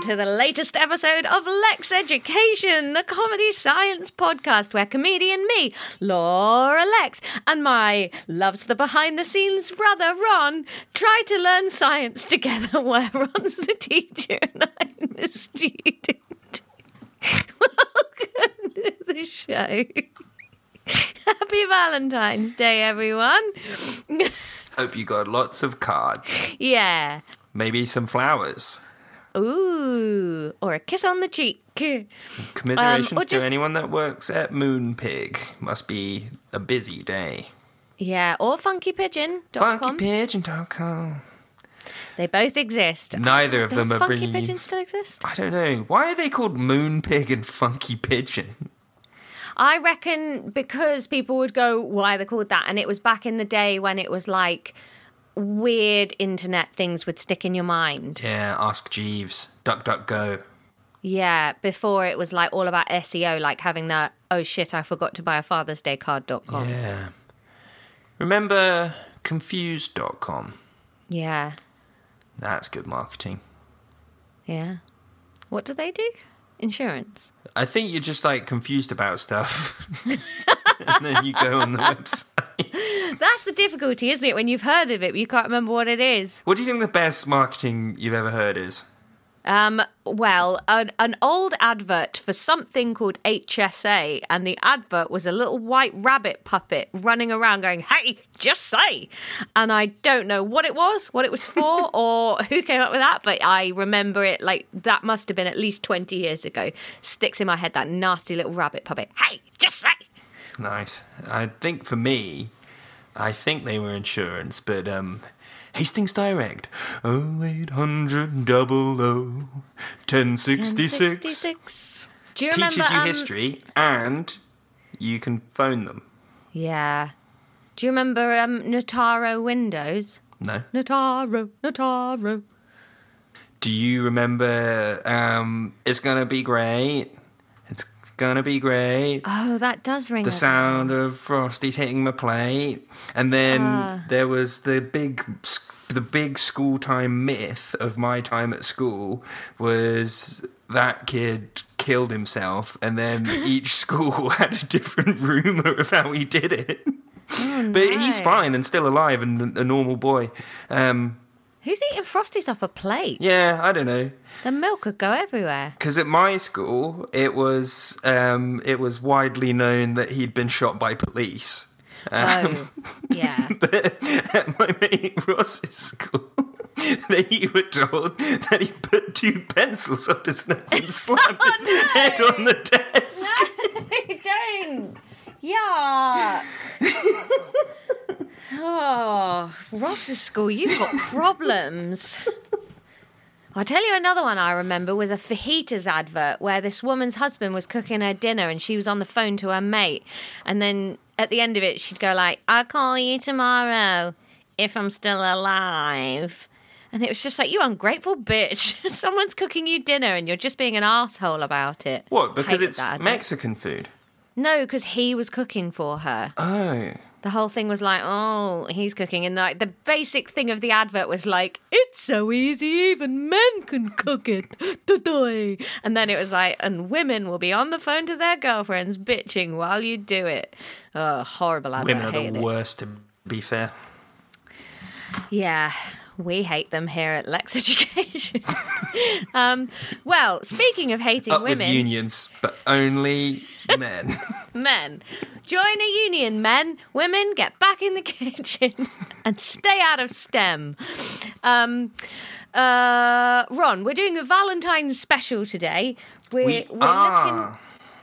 to the latest episode of Lex Education, the comedy science podcast where comedian me, Laura Lex, and my loves the behind the scenes brother, Ron, try to learn science together where Ron's the teacher and I'm the student. Welcome to the show. Happy Valentine's Day, everyone. Hope you got lots of cards. Yeah. Maybe some flowers. Ooh, or a kiss on the cheek. Commiserations Um, or just- to anyone that works at Moonpig. Must be a busy day. Yeah, or funkypigeon.com. Funkypigeon.com. they both exist. Neither of Does them are Funky bringing Pigeon you. still exist? I don't know. Why are they called Moonpig and Funky Pigeon? I reckon because people would go, why they called that? And it was back in the day when it was like weird internet things would stick in your mind. Yeah, ask Jeeves. Duck, duck, go. Yeah, before it was like all about SEO, like having that, oh shit, I forgot to buy a Father's Day card.com. Yeah. Yeah. Remember confused.com? Yeah. That's good marketing. yeah. What do they do? Insurance. I think you're just like confused about stuff. and then you go on the website. That's the difficulty, isn't it? When you've heard of it, but you can't remember what it is. What do you think the best marketing you've ever heard is? Um, well, an, an old advert for something called HSA, and the advert was a little white rabbit puppet running around going, Hey, just say. And I don't know what it was, what it was for, or who came up with that, but I remember it like that must have been at least 20 years ago. Sticks in my head that nasty little rabbit puppet. Hey, just say. Nice. I think for me, I think they were insurance, but um, Hastings Direct. Oh, 0800 00 1066. 66. Do you remember? Teaches you um, history and you can phone them. Yeah. Do you remember um, Notaro Windows? No. Notaro, Notaro. Do you remember um, It's Gonna Be Great? It's Gonna Be Great. Oh, that does ring. the a sound of Frosty's hitting my plate, and then Ah. there was the big, sc- the big school time myth of my time at school was that kid killed himself, and then each school had a different rumor of how he did it. but he's Oh, no. fine and still alive and a normal boy. Um, Who's eating frosties off a plate? yeah, I don't know. The milk would go everywhere. Because at my school, it was um, it was widely known that he'd been shot by police. Um, Oh, yeah. at my mate Ross's school that you were told that he put two pencils up his nose and slapped his Oh, no. head on the desk. Don't. Yeah. oh, Ross's school, you've got problems. I'll tell you another one I remember was a fajitas advert where this woman's husband was cooking her dinner and she was on the phone to her mate. And then at the end of it, she'd go like, I'll call you tomorrow if I'm still alive. And it was just like, you ungrateful bitch. Someone's cooking you dinner and you're just being an asshole about it. What? Because Hated it's that advert. Mexican food. No, because he was cooking for her. Oh. The whole thing was like, oh, he's cooking, and like the basic thing of the advert was like, it's so easy, even men can cook it, today. And then it was like, and women will be on the phone to their girlfriends bitching while you do it. Oh, horrible advert. Women are hated the it. worst, to be fair. Yeah, we hate them here at Lex Education. um, well, speaking of hating Up women, with unions, but only men. men. Join a union, men. Women, get back in the kitchen and stay out of STEM. Um, uh, Ron, we're doing a Valentine's special today. We're, We we're are. looking.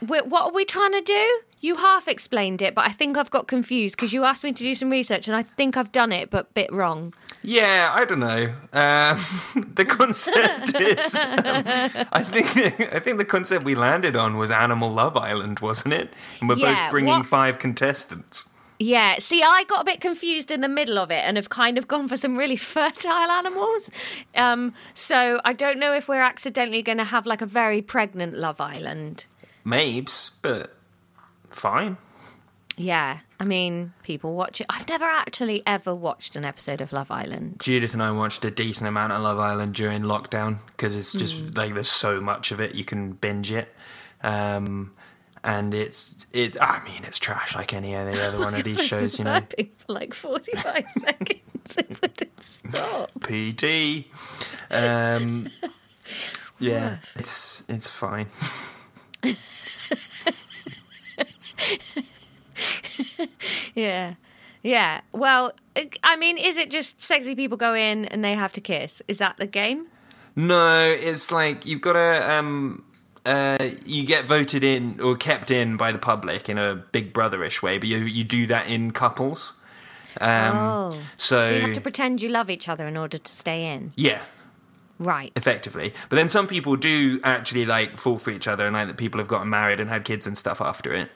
We're, what are we trying to do? You half explained it, but I think I've got confused because you asked me to do some research and I think I've done it, but bit wrong. Yeah, I don't know. Um, the concept is, um, I think, I think the concept we landed on was Animal Love Island, wasn't it? And we're Yeah, both bringing what- five contestants. Yeah, see, I got a bit confused in the middle of it and have kind of gone for some really fertile animals. Um, so I don't know if we're accidentally going to have like a very pregnant Love Island. Mabes, but fine. Yeah, I mean, people watch it. I've never actually ever watched an episode of Love Island. Judith and I watched a decent amount of Love Island during lockdown because it's just Hmm. like there's so much of it you can binge it, um, and it's it. I mean, it's trash like any other other one of these shows, you know. Burping for like 45 seconds. It wouldn't stop. PD. Um, yeah, it's it's fine. Yeah. Yeah. Well, I mean, is it just sexy people go in and they have to kiss? Is that the game? No, it's like you've got to um, uh, you get voted in or kept in by the public in a Big Brotherish way, but you you do that in couples. Um, Oh. so, So you have to pretend you love each other in order to stay in. yeah, Right. effectively. But then some people do actually like fall for each other, and like that people have gotten married and had kids and stuff after it.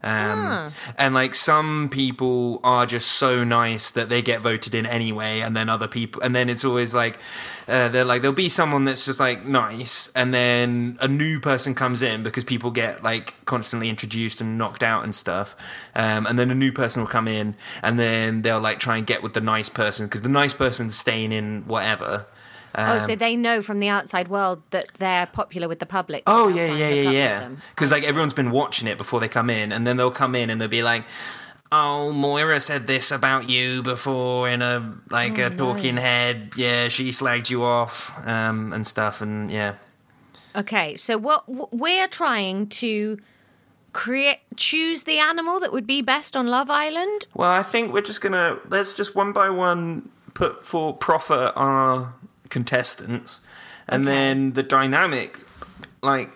Um, And like some people are just so nice that they get voted in anyway, and then other people, and then it's always like uh, they're like there'll be someone that's just like nice, and then a new person comes in because people get like constantly introduced and knocked out and stuff, um, and then a new person will come in, and then they'll like try and get with the nice person because the nice person's staying in whatever. oh, um, so they know from the outside world that they're popular with the public. so Oh they'll yeah, try and yeah, hook yeah, up with yeah. them. Because like everyone's been watching it before they come in, and then they'll come in and they'll be like, "Oh, Moira said this about you before in a like Oh, a talking head. Yeah, she slagged you off, um, and stuff, and yeah, Okay, so what w- we're trying to create, choose the animal that would be best on Love Island. Well, I think we're just gonna let's just one by one put for proffer our contestants, and then the dynamic, like,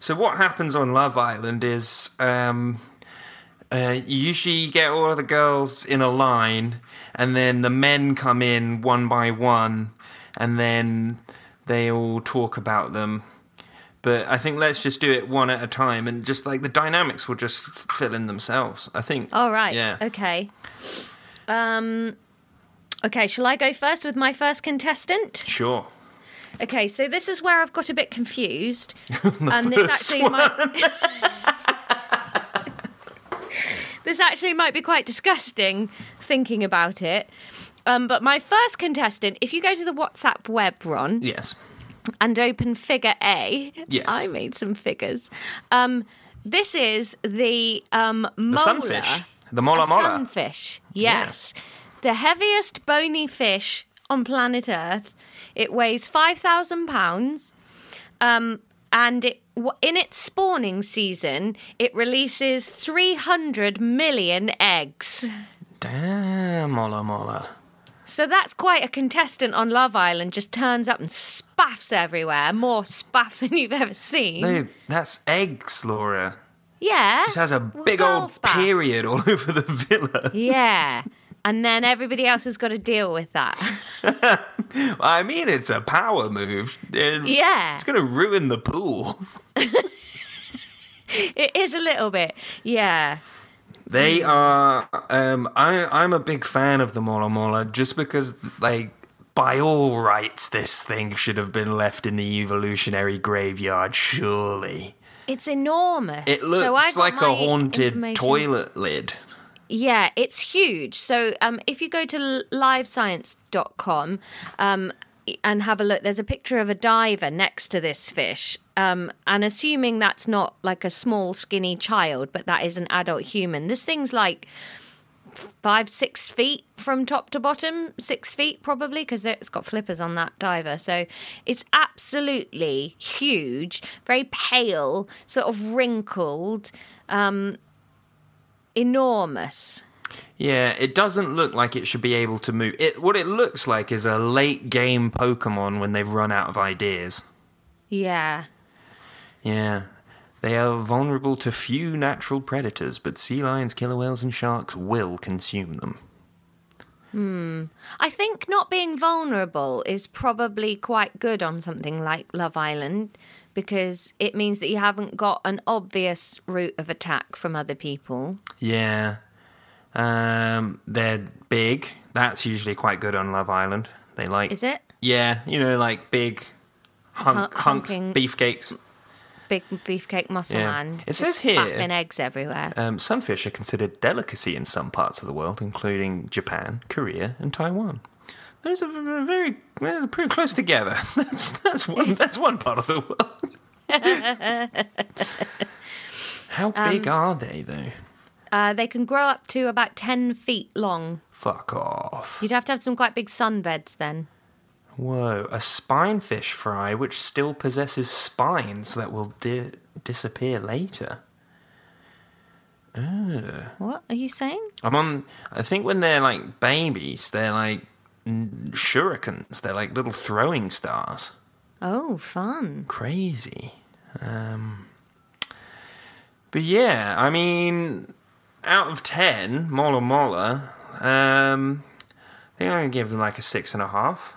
so what happens on Love Island is um, uh, you usually get all of the girls in a line, and then the men come in one by one, and then they all talk about them. But I think let's just do it one at a time, and just like the dynamics will just fill in themselves. I think. All right. Yeah. Okay. Um. Okay, shall I go first with my first contestant? Sure. Okay, so this is where I've got a bit confused. um, this actually might This actually might be quite disgusting thinking about it. Um, but my first contestant, if you go to the WhatsApp web, Ron, Yes. and open figure A. Yes. I made some figures. Um, this is the um, The molar. sunfish. The mola A mola. sunfish. Yes. The heaviest bony fish on planet Earth. It weighs 5,000 pounds. Um, and it, w- in its spawning season, it releases 300 million eggs. Damn, mola mola. So that's quite a contestant on Love Island. Just turns up and spaffs everywhere. More spaff than you've ever seen. No, that's eggs, Laura. Yeah. This has a Well, big girl old spaff. period all over the villa. Yeah. And then everybody else has got to deal with that. I mean, it's a power move. It- Yeah. It's going to ruin the pool. It is a little bit. Yeah. Mm. They are. Um, I, I'm a big fan of the Mola Mola just because, like, by all rights, this thing should have been left in the evolutionary graveyard, surely. It's enormous. It So looks I got like a my haunted information- toilet lid. Yeah, it's huge. So um, if you go to l- livescience.com um, and have a look, there's a picture of a diver next to this fish. Um, and assuming that's not like a small, skinny child, but that is an adult human, this thing's like five, six feet from top to bottom, six feet probably, because it's got flippers on that diver. So it's absolutely huge, very pale, sort of wrinkled, um, enormous. Yeah, it doesn't look like it should be able to move. It what it looks like is a late game Pokemon when they've run out of ideas. Yeah. Yeah. They are vulnerable to few natural predators, but sea lions, killer whales and sharks will consume them. I think not being vulnerable is probably quite good on something like Love Island because it means that you haven't got an obvious route of attack from other people. Yeah. Um they're big. That's usually quite good on Love Island. They like Is it? Yeah, you know like big Hun- hunk, hunks, hunking- beefcakes. big beefcake muscle Yeah. man. It just says here- Faffing eggs everywhere. Um, sunfish are considered delicacy in some parts of the world, including Japan, Korea, and Taiwan. Those are v- very, well, pretty close together. That's that's one that's one part of the world. How big are they though? Uh, they can grow up to about 10 feet long. Fuck off. You'd have to have some quite big sunbeds then. Whoa, a spinefish fry which still possesses spines that will di- disappear later. What are you saying? I'm on. I think when they're like babies, they're like n- shurikens. They're like little throwing stars. Oh, fun. Crazy. Um, but yeah, I mean, out of ten, Mola Mola, um, I think I'm gonna give them like a six and a half.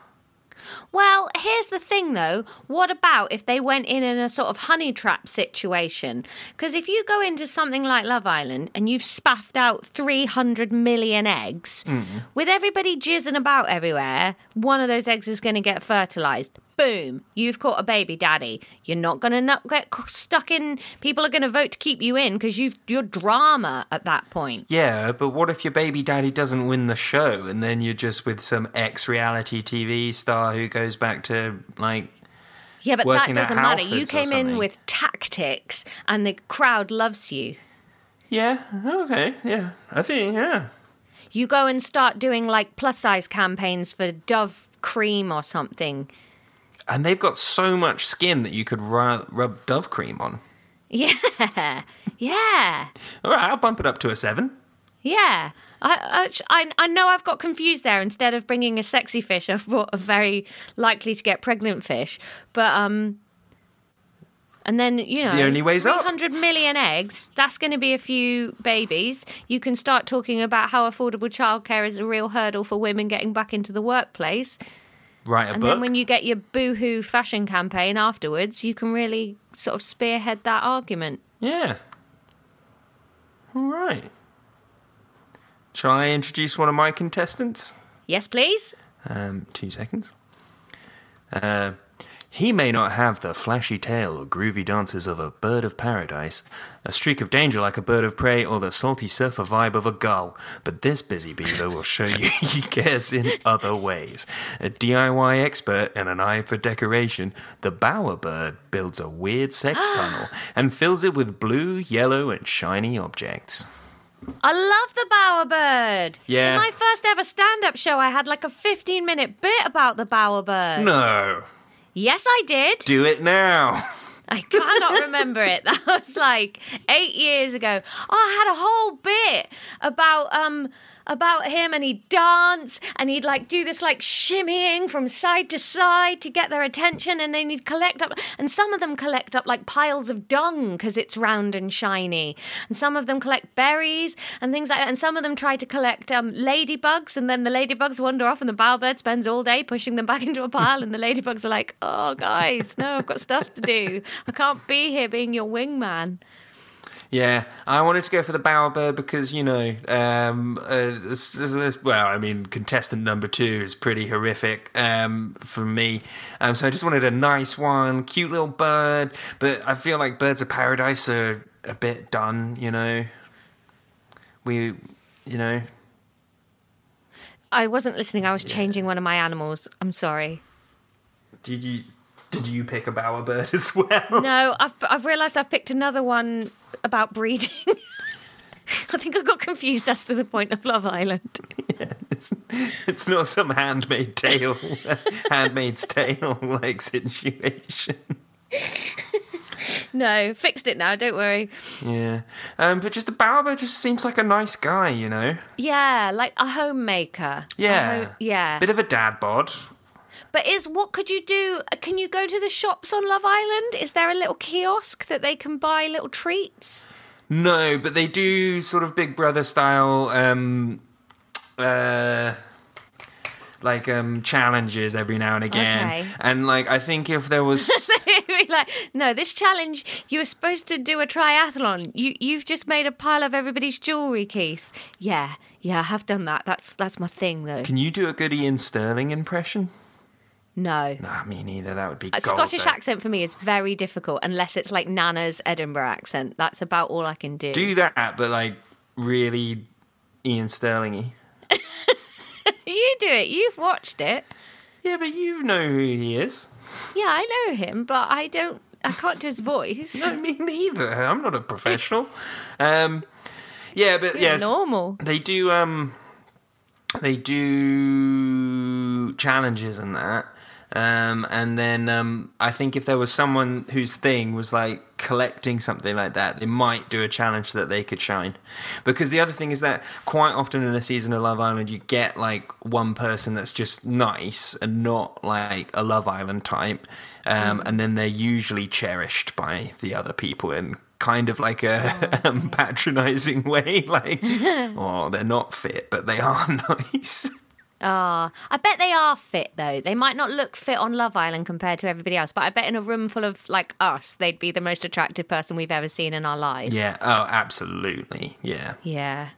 Well, here's the thing though. What about if they went in in a sort of honey trap situation? Because if you go into something like Love Island and you've spaffed out 300 million eggs, Mm. with everybody jizzing about everywhere, one of those eggs is going to get fertilized. Boom, you've caught a baby daddy. You're not going to not get c- stuck in. People are going to vote to keep you in because you've, you're drama at that point. Yeah, but what if your baby daddy doesn't win the show, and then you're just with some ex reality TV star who goes back to like Yeah, but that Working at doesn't matter. You Halfords or came in something. with tactics and the crowd loves you. Yeah. Okay. Yeah. I think. Yeah. You go and start doing like plus size campaigns for Dove cream or something. And they've got so much skin that you could rub, rub Dove cream on. Yeah, yeah, All right, I'll bump it up to a seven. yeah. I, I, I, I know I've got confused there. Instead of bringing a sexy fish, I've brought a very likely to get pregnant fish. But um, and then you know, The only way's up. 300 million eggs. That's going to be a few babies. You can start talking about how affordable childcare is a real hurdle for women getting back into the workplace. Write a And book. then when you get your boohoo fashion campaign afterwards, you can really sort of spearhead that argument. yeah. All right. Shall I introduce one of my contestants? Yes, please. Um, two seconds. Uh, he may not have the flashy tail or groovy dances of a bird of paradise, a streak of danger like a bird of prey, or the salty surfer vibe of a gull, but this busy beaver will show you he cares in other ways. A DIY expert and an eye for decoration, the bower bird builds a weird sex tunnel and fills it with blue, yellow, and shiny objects. I love the bowerbird. Yeah. In my first ever stand-up show, I had like a 15-minute bit about the bowerbird. No, Yes, I did. do it now. I cannot remember it. That was like eight years ago. Oh, I had a whole bit about um about him and he'd dance and he'd like do this like shimmying from side to side to get their attention and then he'd collect up and some of them collect up like piles of dung because it's round and shiny and some of them collect berries and things like that and some of them try to collect um, ladybugs and then the ladybugs wander off and the bowerbird spends all day pushing them back into a pile and the ladybugs are like oh guys no i've got stuff to do i can't be here being your wingman Yeah, I wanted to go for the bowerbird because you know, um, uh, this- this- this- well, I mean, contestant number two is pretty horrific um, for me. Um, so I just wanted a nice one, cute little bird. But I feel like birds of paradise are a bit done. You know, we, you know, i wasn't listening i was changing one of my animals i'm sorry did you did you pick a bowerbird as well? no i've, I've realized i've picked another one about breeding I think I got confused as to the point of Love Island. It's it's not some handmade tale, handmaid's tale like situation. No, fixed it now, don't worry. Yeah, um, but just the Barber just seems like a nice guy, you know. Yeah, like a homemaker. A Yeah, ho- Oh, yeah. Bit of a dad bod. But is what could you do? Can you go to the shops on Love Island? Is there a little kiosk that they can buy little treats? No, but they do sort of Big Brother style, um, uh, like um, challenges every now and again. Okay. And like, I think if there was, Be like, no, this challenge you were supposed to do a triathlon. You you've just made a pile of everybody's jewelry, Keith. Yeah, yeah, I have done that. That's that's my thing though. can you do a good Ian Sterling impression? No. Nah, me neither. That would be A gold, Scottish though. accent for me is very difficult unless it's like Nana's Edinburgh accent. That's about all I can do. Do that, but like really Ian Sterlingy. you do it. You've watched it. Yeah, but you know who he is. Yeah, I know him, but I don't. I can't do his voice. No, me neither. I'm not a professional. Um, yeah, but yes, normal. they do. Um, they do challenges and that. Um, and then um, I think if there was someone whose thing was like collecting something like that, they might do a challenge that they could shine. Because the other thing is that quite often in a season of Love Island, you get like one person that's just nice and not like a Love Island type. Um, And then they're usually cherished by the other people in kind of like a um, patronizing way. Like, oh, they're not fit, but they are nice. Ah, I bet they are fit though. They might not look fit on Love Island compared to everybody else, but I bet in a room full of like us, they'd be the most attractive person we've ever seen in our lives. Yeah. Oh, absolutely. Yeah. Yeah.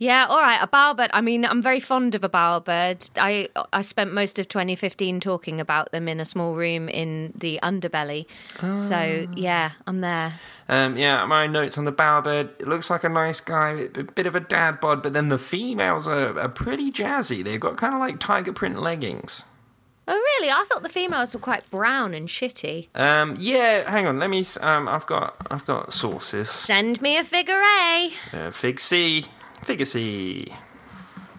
Yeah, all right, a bowerbird. I mean, I'm very fond of a bowerbird. I I spent most of 2015 talking about them in a small room in the underbelly. So, Ah. yeah, I'm there. Um, yeah. My notes on the bowerbird. It looks like a nice guy, a bit of a dad bod, but then the females are, are pretty jazzy. They've got kind of like tiger print leggings. Oh, really? I thought the females were quite brown and shitty. Um, yeah. Hang on. Let me. s- Um, I've got. I've got sources. Send me a figure A. Uh, fig C. Figure C.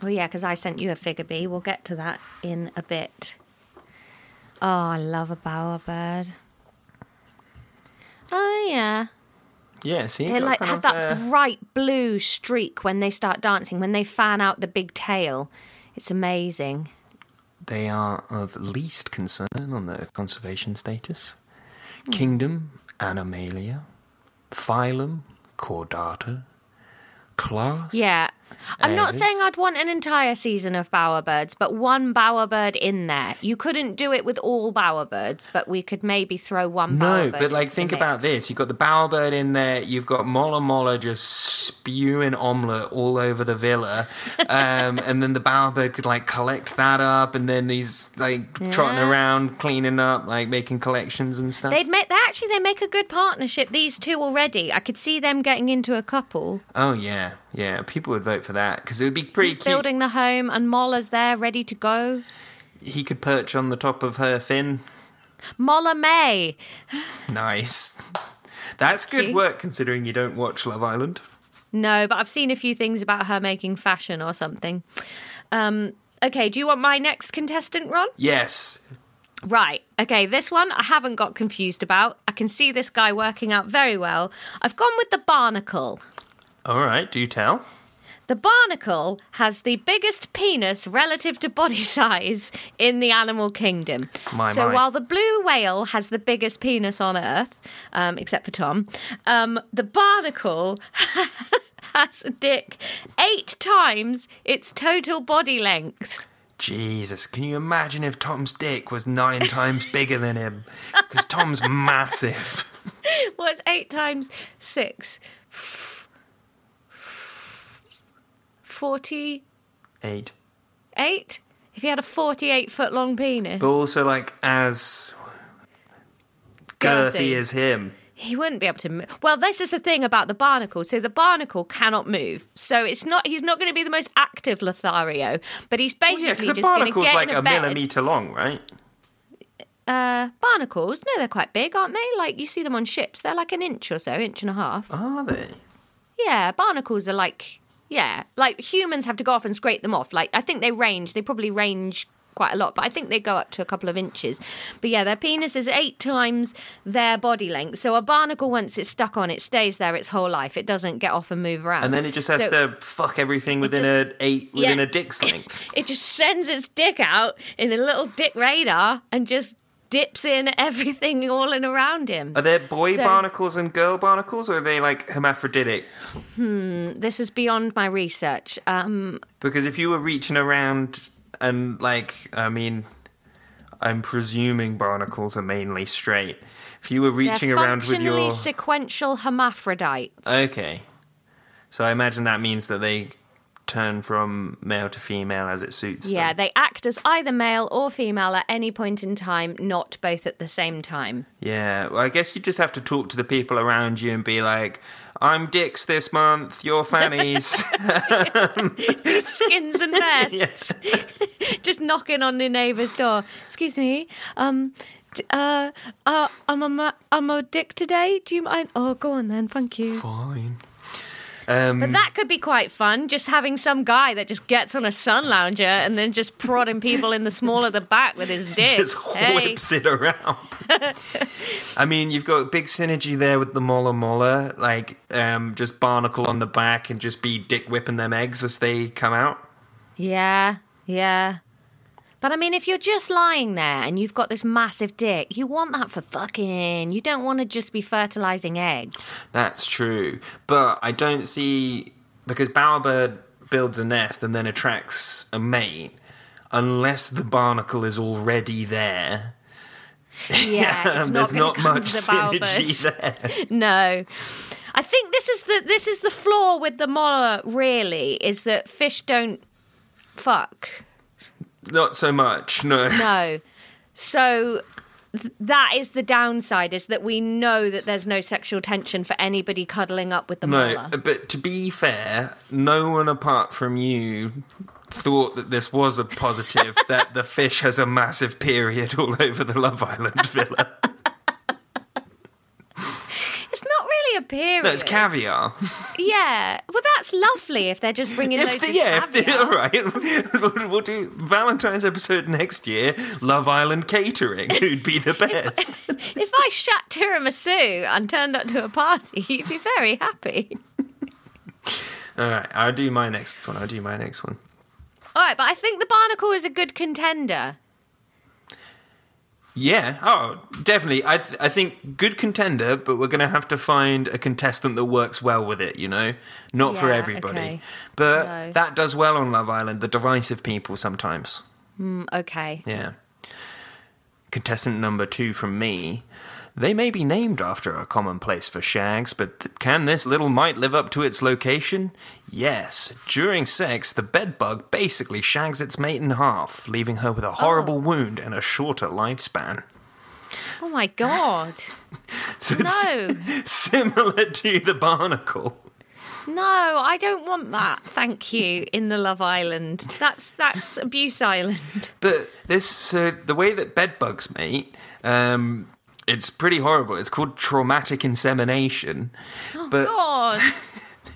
Oh, yeah, because I sent you a figure B. We'll get to that in a bit. Oh, I love a bowerbird. Oh, yeah. Yeah. See. They got like kind have of, that uh, bright blue streak when they start dancing, when they fan out the big tail. It's amazing. They are of least concern on their conservation status. Hmm. Kingdom Animalia, phylum Chordata, class. Yeah. I'm Yeah, not it is. saying I'd want an entire season of bowerbirds, but one bowerbird in there. You couldn't do it with all bowerbirds, but we could maybe throw one No, bowerbird. but like into the think about mix. this. You've got the bowerbird in there. You've got Mola Mola just spewing omelette all over the villa, um, and then the bowerbird could like collect that up, and then he's like trotting Yeah. around cleaning up, like making collections and stuff. They'd make they actually they make a good partnership. These two already, I could see them getting into a couple, oh yeah, yeah. People would vote for that because it would be pretty He's cute. building the home, and Molla's there, ready to go. He could perch on the top of her fin. Molla May, Nice. That's good Cute. work considering you don't watch Love Island. no, but I've seen a few things about her making fashion or something. Um, okay, do you want my next contestant, Ron? Yes. Right. Okay, this one I haven't got confused about. I can see this guy working out very well. I've gone with the barnacle. All right, do tell. The barnacle has the biggest penis relative to body size in the animal kingdom. My, so my. while the blue whale has the biggest penis on Earth, um, except for Tom, um, the barnacle has a dick eight times its total body length. Jesus, can you imagine if Tom's dick was nine times bigger than him? Because Tom's massive. What's eight times six? Forty-eight. Eight. If he had a forty-eight foot long penis. But also, like, as girthy, Girthy. as him. he wouldn't be able to move. Well, this is the thing about the barnacle. So the barnacle cannot move. So it's not he's not going to be the most active Lothario, but he's basically Yeah, because a just going to barnacle's get like in a, a, bed. millimeter long, right? Uh, barnacles? No, they're quite big, aren't they? Like you see them on ships, they're like an inch or so, inch and a half. Are they? Yeah, barnacles are like yeah, like humans have to go off and scrape them off. Like I think they range. They probably range quite a lot, but I think they go up to a couple of inches. But yeah, their penis is eight times their body length. So a barnacle, once it's stuck on, it stays there its whole life. It doesn't get off and move around. And then it just has So- to fuck everything within just- a eight Yeah. within a dick's length. It just sends its dick out in a little dick radar and just dips in everything all and around him. Are there boy So- barnacles and girl barnacles, or are they like hermaphroditic? this is beyond my research. Um, Because if you were reaching around and like, I mean, I'm presuming barnacles are mainly straight. If you were they're reaching around with functionally your sequential hermaphrodites. okay, so I imagine that means that they turn from male to female as it suits Yeah, them. they act as either male or female at any point in time, not both at the same time. Yeah. Well, I guess you just have to talk to the people around you and be like, I'm dicks this month, you're fannies. Skins and nests. Just knocking on the neighbour's door. Excuse me. Um, d- uh, uh, I'm a ma- I'm a dick today. Do you mind? Oh, go on then. Thank you. Fine. Um, That could be quite fun. Just having some guy that just gets on a sun lounger and then just prodding people in the small of the back with his dick. just Hey. whips it around. I mean, you've got big synergy there with the Mola Mola, like um, just barnacle on the back and just be dick whipping them eggs as they come out. Yeah, yeah. But I mean, if you're just lying there and you've got this massive dick, you want that for fucking. You don't want to just be fertilizing eggs. That's true. But I don't see because bowerbird builds a nest and then attracts a mate unless the barnacle is already there. Yeah, it's There's gonna not come much to the bower synergy burst. there. No. I think this is the this is the flaw with the mola. Really, is that fish don't fuck. Not so much, no. No. So th- that is the downside is that we know that there's no sexual tension for anybody cuddling up with the No, uh, mola. but to be fair, no one apart from you thought that this was a positive that the fish has a massive period all over the Love Island villa. It's not really a period. No, it's caviar. Yeah. Well, that's lovely if they're just bringing If those the, yeah, if the, all right, we'll, we'll do Valentine's episode next year. Love Island catering, who'd be the best? If I shat tiramisu and turned up to a party, you'd be very happy. all right, I'll do my next one. I'll do my next one. All right, but I think the barnacle is a good contender. Yeah. Oh, definitely. I th- I think good contender, but we're gonna have to find a contestant that works well with it. You know, not for Yeah, everybody, okay. but No. that does well on Love Island. The divisive people sometimes. Mm, Okay. Yeah. Contestant number two from me. They may be named after a common place for shags, but th- can this little mite live up to its location? Yes. During sex, the bedbug basically shags its mate in half, leaving her with a horrible wound and a shorter lifespan. Oh my god. So it's No. similar to the barnacle. No, I don't want that. Thank you. In the Love Island. That's that's Abuse Island. But this, so the way that bedbugs mate, um, it's pretty horrible. It's called traumatic insemination. but Oh, God.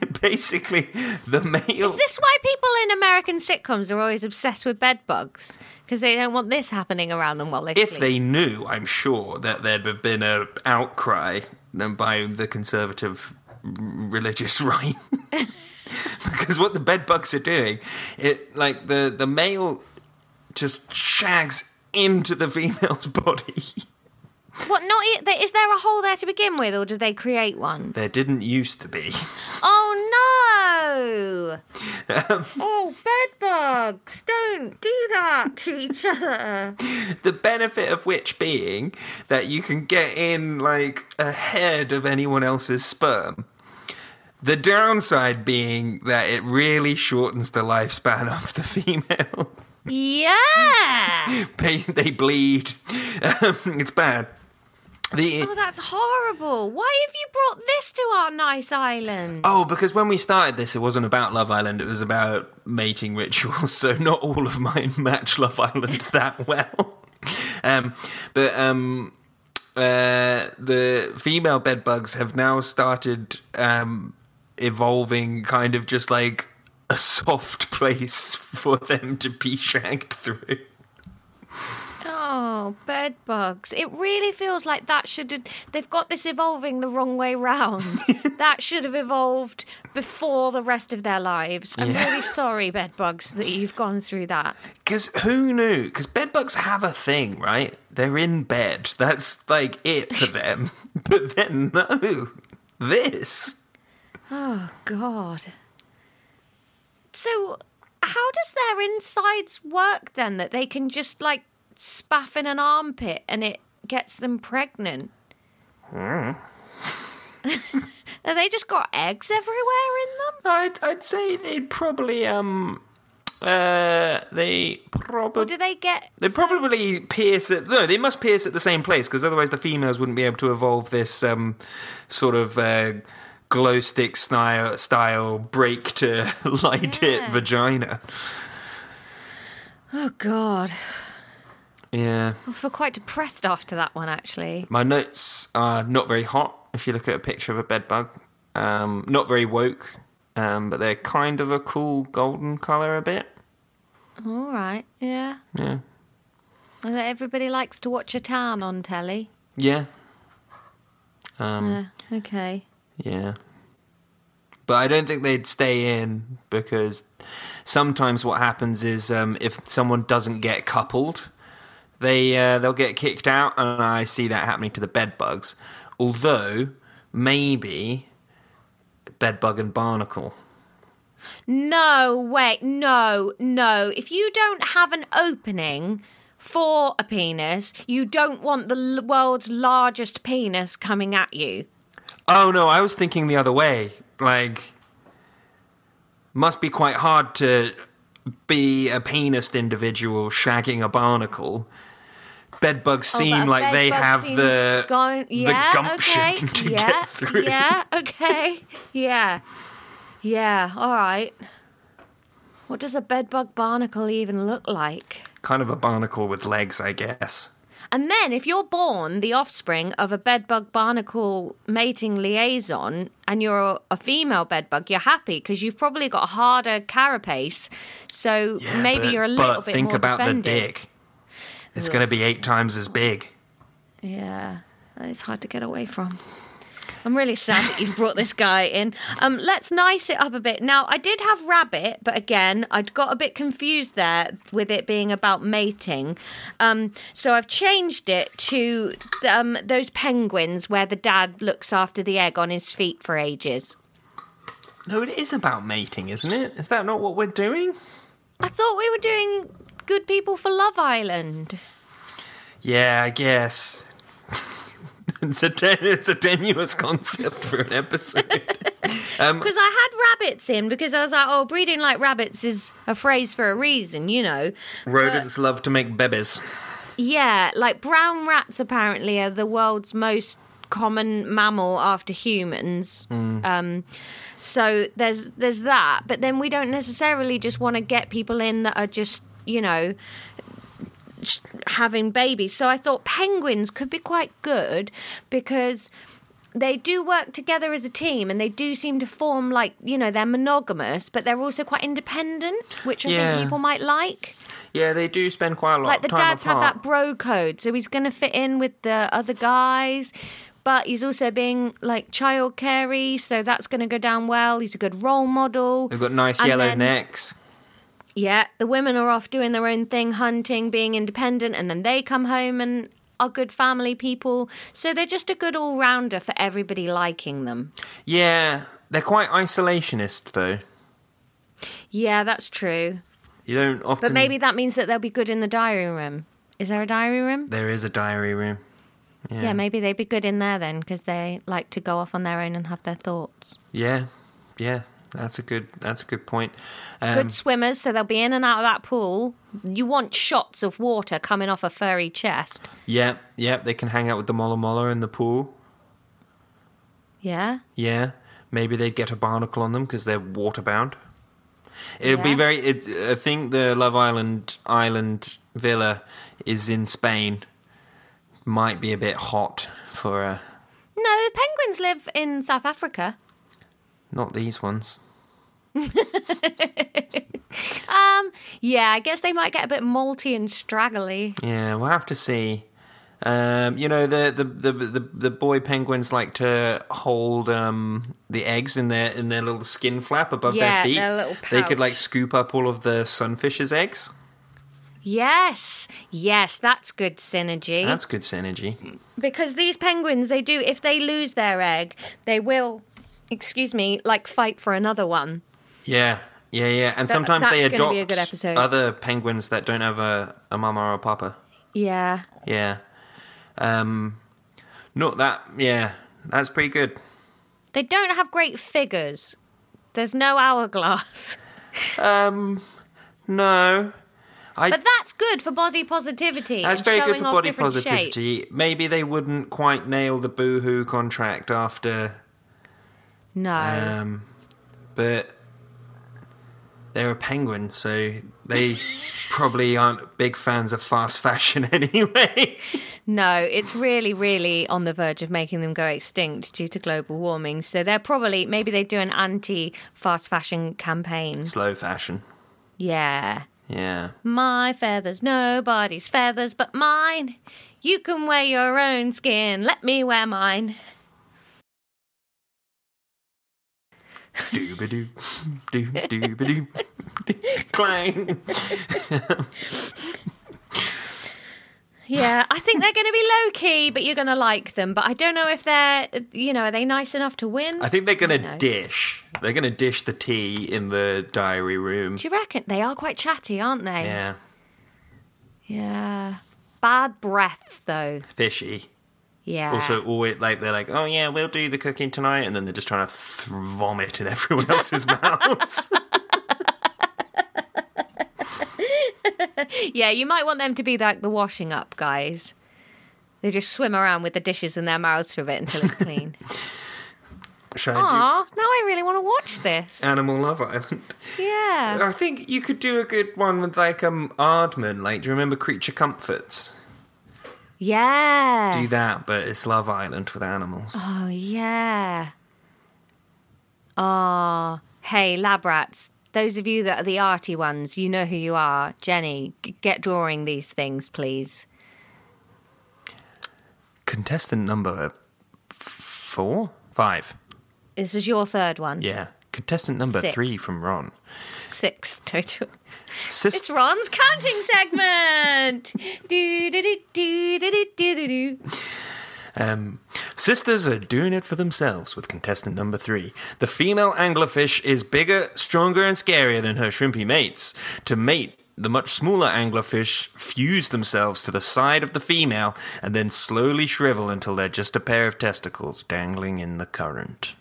basically, the male. Is this why people in American sitcoms are always obsessed with bed bugs? Because they don't want this happening around them while they if sleep. they knew, I'm sure that there'd have been a outcry by the conservative r- religious right. because what the bedbugs are doing, it like the the male just shags into the female's body. What not? i- Is there a hole there to begin with, or do they create one? There didn't used to be. Oh no! oh, bed bugs! Don't do that to each other. The benefit of which being that you can get in like ahead of anyone else's sperm. The downside being that it really shortens the lifespan of the female. Yeah. They, they bleed. Um, it's bad. The Oh, that's horrible. Why have you brought this to our nice island? oh, because when we started this, it wasn't about Love Island. It was about mating rituals. So not all of mine match Love Island that well. Um, but um, uh, the female bedbugs have now started um, evolving, kind of just like a soft place for them to be shagged through. Oh, bed bugs. It really feels like that should have. They've got this evolving the wrong way round. that should have evolved before the rest of their lives. I'm Yeah. really sorry, bed bugs, that you've gone through that. Because who knew? Because bedbugs have a thing, right? They're in bed. That's like it for them. but then, no. This. Oh, God. So, how does their insides work then that they can just like spaff in an Hmm. armpit and it gets them pregnant? Have they just got eggs everywhere in them? I'd, I'd say they'd probably um uh they Or probably do they get. they probably pierce at no they must pierce at the same place because otherwise the females wouldn't be able to evolve this um sort of uh, glow stick style style break to light Yeah. it vagina Oh, God. yeah I feel Oh, quite depressed after that one, actually. my notes are not very hot if you look at a picture of a bed bug um not very woke um but they're kind of a cool golden color a bit All right, yeah. yeah And that Everybody likes to watch a tan on telly. yeah um Yeah, okay. Yeah. But I don't think they'd stay in because sometimes what happens is um, if someone doesn't get coupled, they uh, they'll get kicked out, and I see that happening to the bed bugs. Although maybe bed bug and barnacle. No, wait, no, no. If you don't have an opening for a penis, you don't want the l- world's largest penis coming at you. Oh no, I was thinking the other way. Like, must be quite hard to be a penis individual shagging a barnacle. Bedbugs Oh, seem but a like they bed bug have seems the go- yeah, gumption okay, to yeah, get through. Yeah, okay, yeah, yeah. All right. What does a bedbug barnacle even look like? kind of a barnacle with legs, I guess. And then, if you're born the offspring of a bedbug barnacle mating liaison and you're a female bedbug, you're happy because you've probably got a harder carapace. So Yeah, maybe but, you're a little but bit think more about defended. the dick. It's going to be eight times as big. Yeah, it's hard to get away from. I'm really sad that you've brought this guy in. Um, let's nice it up a bit. Now, I did have rabbit, but again, I'd got a bit confused there with it being about mating. Um, so I've changed it to um, those penguins where the dad looks after the egg on his feet for ages. No, it is about mating, isn't it? Is that not what we're doing? I thought we were doing good people for Love Island. Yeah, I guess. it's a ten, it's a tenuous concept for an episode. Because I had rabbits in because I was like, oh, breeding like rabbits is a phrase for a reason, you know. Rodents love to make babies. Yeah, like brown rats apparently are the world's most common mammal after humans. Um, so there's there's that, but then we don't necessarily just want to get people in that are just you know sh- having babies. So I thought penguins could be quite good because they do work together as a team and they do seem to form like you know they're monogamous but they're also quite independent which i Yeah. think people might like Yeah, they do spend quite a lot like of the time dads apart. have that bro code, so he's going to fit in with the other guys, but he's also being like child carey, so that's going to go down well. He's a good role model. They've got nice And yellow then- necks. Yeah, the women are off doing their own thing, hunting, being independent, and then they come home and are good family people. So they're just a good all rounder for everybody liking them. Yeah, they're quite isolationist though. Yeah, that's true. You don't often. But maybe that means that they'll be good in the diary room. Is there a diary room? there is a diary room. Yeah, maybe they'd be good in there then because they like to go off on their own and have their thoughts. Yeah, yeah, that's a good that's a good point. Um, Good swimmers, so they'll be in and out of that pool. You want shots of water coming off a furry chest. Yeah, yeah, they can hang out with the mola mola in the pool. Yeah? Yeah, maybe they'd get a barnacle on them because they're waterbound. It would be Yeah. very. It's, I think the Love Island island villa is in Spain. Might be a bit hot for uh, No, penguins live in South Africa. not these ones. Um, yeah, I guess they might get a bit malty and straggly. Yeah, we'll have to see. Um, you know the the, the the the boy penguins like to hold um, the eggs in their in their little skin flap above Yeah, their feet. their little They could like pouch. scoop up all of the sunfish's eggs. Yes, yes, that's good synergy. That's good synergy. because these penguins they do if they lose their egg they will excuse me like fight for another one Yeah, yeah, yeah. And sometimes they that's gonna adopt be a good episode. other penguins that don't have a, a mama or a papa. yeah Yeah. Um, not that. Yeah, that's pretty good. They don't have great figures. There's no hourglass. Um, no. I, But that's good for body positivity. that's and very good showing for off body different positivity. shapes. Maybe they wouldn't quite nail the boohoo contract after No. Um, but they're a penguin, so they probably aren't big fans of fast fashion anyway. No, it's really, really on the verge of making them go extinct due to global warming. So they're probably, maybe they do an anti fast fashion campaign. Slow fashion. Yeah. Yeah. My feathers, nobody's feathers but mine. You can wear your own skin, let me wear mine. Dooba doo. Doo dooba doo. Clang. Yeah, I think they're going to be low key, but you're going to like them. But I don't know if they're, you know, are they nice enough to win? I think they're going know. to dish. They're going to dish the tea in the diary room. Do you reckon? They are quite chatty, aren't they? Yeah. Yeah. Bad breath, though. Fishy. Yeah. Also, always like they're like, oh yeah, we'll do the cooking tonight, and then they're just trying to th- vomit in everyone else's mouths. Yeah, you might want them to be like the washing up guys. They just swim around with the dishes in their mouths for a bit until it's clean. Shall I do Aw, now I really want to watch this. Animal Love Island. Yeah. I think you could do a good one with like um Aardman. Like, do you remember Creature Comforts? Do Yeah. that, but it's Love Island with animals. Oh, yeah. Ah, hey, lab rats. Those of you that are the arty ones, you know who you are. Jenny, g- get drawing these things, please. Contestant number f- four, five. This is your third one. Yeah, contestant number Six. three from Ron. Six total. Sis- It's Ron's counting segment. do do do do do do do do. Um, sisters are doing it for themselves with contestant number three. The female anglerfish is bigger, stronger, and scarier than her shrimpy mates. To mate, the much smaller anglerfish fuse themselves to the side of the female and then slowly shrivel until they're just a pair of testicles dangling in the current.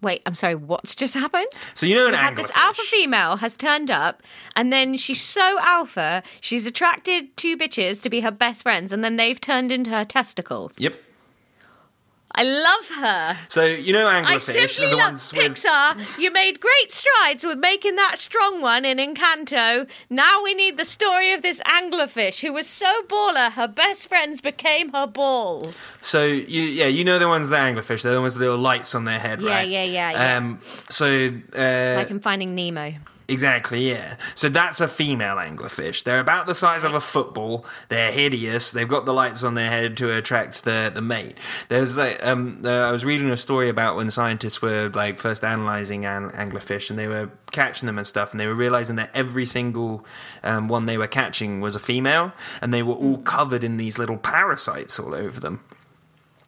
Wait, I'm sorry, what's just happened? So you know an We had anglerfish. this alpha female has turned up, and then she's so alpha, she's attracted two bitches to be her best friends, and then they've turned into her testicles. Yep. I love her. So you know I anglerfish are simply the love ones with Pixar. You made great strides with making that strong one in Encanto. Now we need the story of this anglerfish who was so baller, her best friends became her balls. So you, yeah, you know the ones that anglerfish. They're the ones with the little lights on their head, Yeah, right? yeah, yeah, yeah. Um, so uh, like in Finding Nemo. Exactly, yeah. So that's a female anglerfish. They're about the size of a football. They're hideous. They've got the lights on their head to attract the, the mate. There's like um, uh, I was reading a story about when scientists were like first analyzing an- anglerfish and they were catching them and stuff, and they were realizing that every single um, one they were catching was a female, and they were Mm. all covered in these little parasites all over them.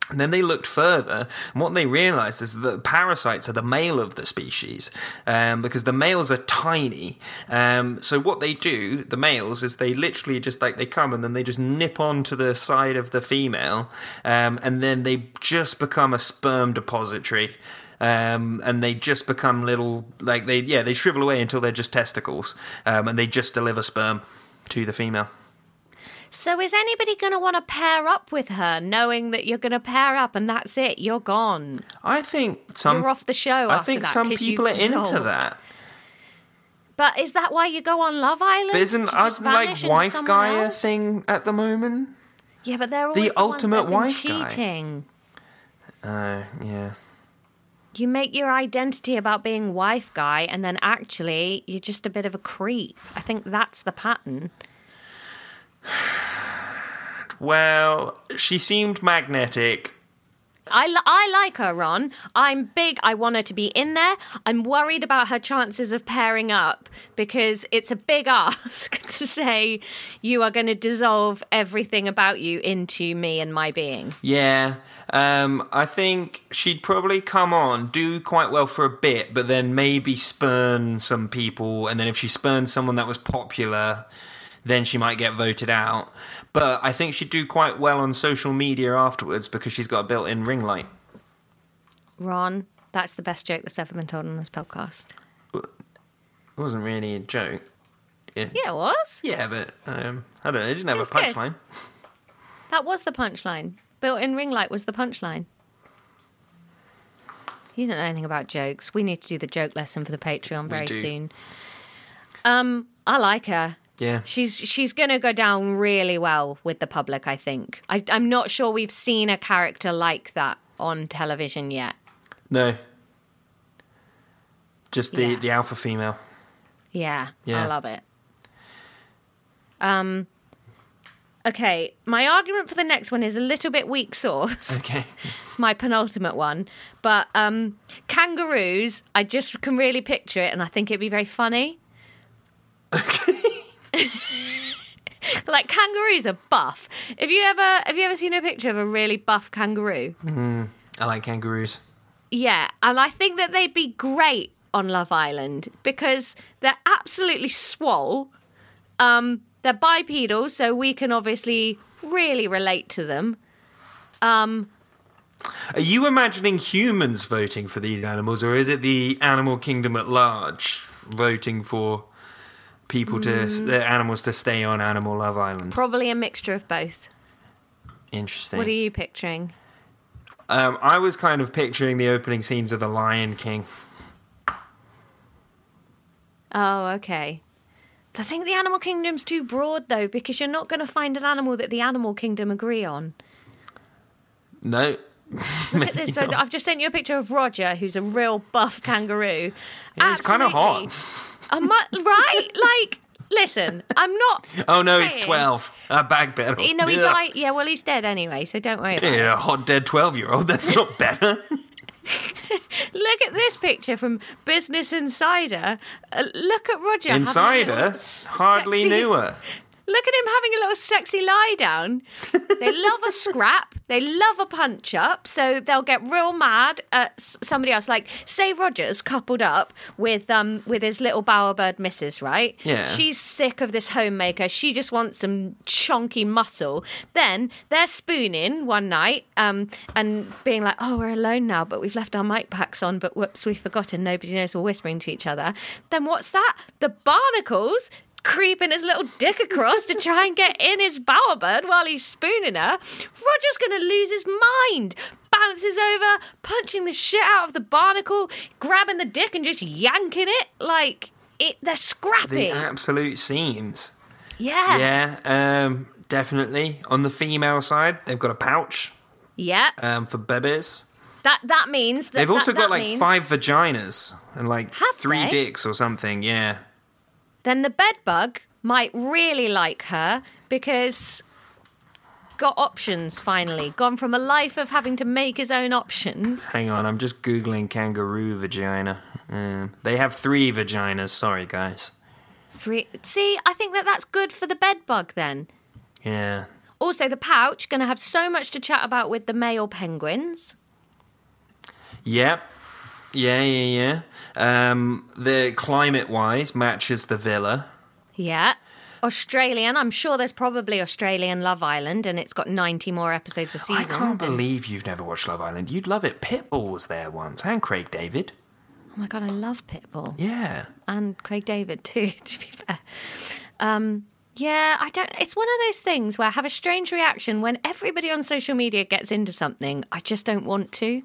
And then they looked further, and what they realized is that parasites are the male of the species um, because the males are tiny. Um, so, what they do, the males, is they literally just like they come and then they just nip onto the side of the female, um, and then they just become a sperm depository. Um, and they just become little, like they, yeah, they shrivel away until they're just testicles, um, and they just deliver sperm to the female. So is anybody going to want to pair up with her, knowing that you're going to pair up and that's it, you're gone, I think some, you're off the show. Um, I after think that some 'cause people are you've into dissolved. that. But is that why you go on Love Island? But isn't To just us like vanish into wife someone guy a else? thing at the moment? Yeah, but they're always the, ultimate ones wife that have been guy. cheating. Uh, yeah. You make your identity about being wife guy, and then actually you're just a bit of a creep. I think that's the pattern. Well, she seemed magnetic. I, li- I like her, Ron. I'm big. I want her to be in there. I'm worried about her chances of pairing up because it's a big ask to say you are going to dissolve everything about you into me and my being. Yeah. Um, I think she'd probably come on, do quite well for a bit, but then maybe spurn some people. And then if she spurned someone that was popular, then she might get voted out. But I think she'd do quite well on social media afterwards because she's got a built in ring light. Ron, that's the best joke that's ever been told on this podcast. It wasn't really a joke. It, Yeah, it was. Yeah, but um, I don't know. It didn't have It was a good. punchline. That was the punchline. Built in ring light was the punchline. You don't know anything about jokes. We need to do the joke lesson for the Patreon very do. soon. Um, I like her. Yeah. She's she's gonna go down really well with the public, I think. I, I'm not sure we've seen a character like that on television yet. No. Just the, Yeah. the alpha female. Yeah, I Yeah. love it. Um, okay, my argument for the next one is a little bit weak sauce. Okay. my penultimate one. But um, kangaroos, I just can really picture it, and I think it'd be very funny. like kangaroos are buff. Have you ever have you ever seen a picture of a really buff kangaroo? I like kangaroos. Yeah, and I think that they'd be great on Love Island because they're absolutely swole. Um, they're bipedal, so we can obviously really relate to them. Are you imagining humans voting for these animals, or is it the animal kingdom at large voting for people to Mm. s the animals to stay on Animal Love Island? Probably a mixture of both. Interesting. What are you picturing? um, I was kind of picturing the opening scenes of The Lion King. Oh, okay. I think the animal kingdom's too broad though, because you're not going to find an animal that the animal kingdom agree on. No. Look at this. So I've just sent you a picture of Roger, who's a real buff kangaroo. Yeah, he's kinda hot. Absolutely. I'm not- right? Like, listen, I'm not. Oh no, he's saying- twelve. A bag battle. You know, he yeah. died. Yeah, well, he's dead anyway, so don't worry about it. Yeah, a hot dead twelve year old. That's not better. Look at this picture from Business Insider. Uh, look at Roger. having a little Insider s- hardly sexy- knew her. Look at him having a little sexy lie down. They love a scrap. They love a punch up. So they'll get real mad at s- somebody else. Like, say Rogers coupled up with um with his little bowerbird missus, right? Yeah. She's sick of this homemaker. She just wants some chunky muscle. Then they're spooning one night um and being like, oh, we're alone now, but we've left our mic packs on, but whoops, we've forgotten. Nobody knows we're whispering to each other. Then what's that? The barnacles creeping his little dick across to try and get in his bowerbird while he's spooning her. Roger's going to lose his mind. Bounces over, punching the shit out of the barnacle, grabbing the dick and just yanking it like it. They're The scrappy. absolute scenes. yeah. yeah. Yeah, um, definitely. On the female side, they've got a pouch um, for babies. That that means that They've also that- got that like means- five vaginas and like Have three they? dicks or something. Yeah. then the bed bug might really like her because got options finally. Gone from a life of having to make his own options. Hang on, I'm just googling kangaroo vagina. Um, they have three vaginas. Sorry, guys. Three. See, I think that that's good for the bed bug then. Yeah. Also, the pouch going to have so much to chat about with the male penguins. Yep. Yeah, yeah, yeah. Um, the climate wise matches the villa. Yeah. Australian. I'm sure there's probably Australian Love Island, and it's got 90 more episodes a season. I can't believe you've never watched Love Island. You'd love it. Pitbull was there once, and Craig David. oh my god, I love Pitbull Yeah. and Craig David too. To be fair, um, yeah, I don't. It's one of those things where I have a strange reaction when everybody on social media gets into something. I just don't want to.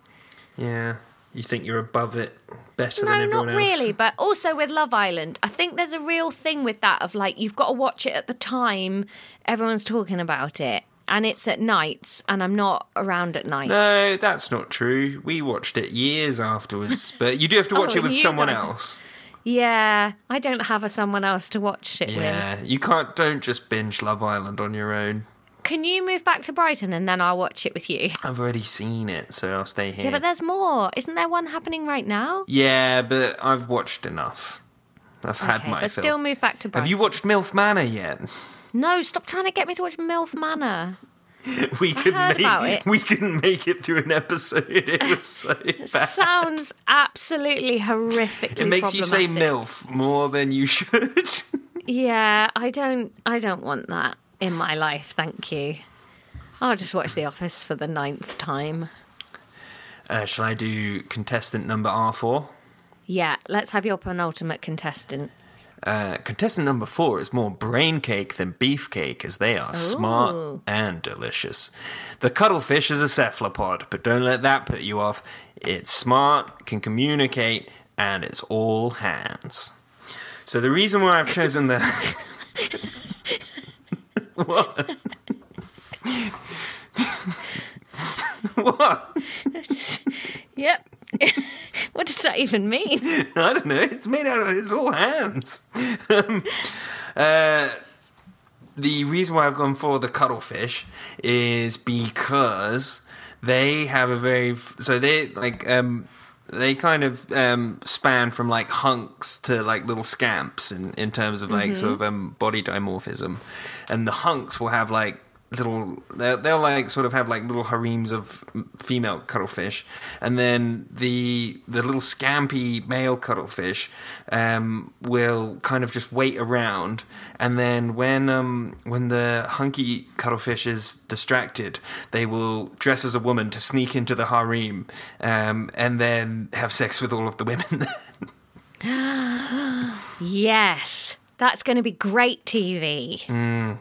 Yeah. You think you're above it better than No, everyone not else? really. But also with Love Island, I think there's a real thing with that of like you've got to watch it at the time everyone's talking about it, and it's at nights, and I'm not around at night. No, that's not true. We watched it years afterwards, but you do have to watch Oh, it with you someone guys- else. Yeah, I don't have a someone else to watch it with. Yeah, you can't. Don't just binge Love Island on your own. Can you move back to Brighton and then I'll watch it with you? I've already seen it, so I'll stay here. Yeah, but there's more. Isn't there one happening right now? Yeah, but I've watched enough. I've had Okay, my but fill. still move back to Brighton. have you watched MILF Manor yet? No, stop trying to get me to watch MILF Manor. We could heard make about it. we couldn't make it through an episode. It was so bad. Sounds absolutely horrifically It makes you say problematic. MILF more than you should. Yeah, I don't I don't want that in my life, thank you. I'll just watch The Office for the ninth time. Uh, shall I do contestant number R4? Yeah, let's have your penultimate contestant. Uh, contestant number four is more brain cake than beef cake, as they are smart Ooh. and delicious. The cuttlefish is a cephalopod, but don't let that put you off. It's smart, can communicate, and it's all hands. So the reason why I've chosen the what? what? Yep. what does that even mean? I don't know. It's made out of it's all hands. um, uh, the reason why I've gone for the cuttlefish is because they have a very f- so they like um they kind of um span from like hunks to like little scamps in in terms of like sort of um body dimorphism, and the hunks will have like little they'll, they'll like sort of have like little harems of female cuttlefish and then the the little scampy male cuttlefish um will kind of just wait around and then when um when the hunky cuttlefish is distracted they will dress as a woman to sneak into the harem um and then have sex with all of the women Yes. That's going to be great TV.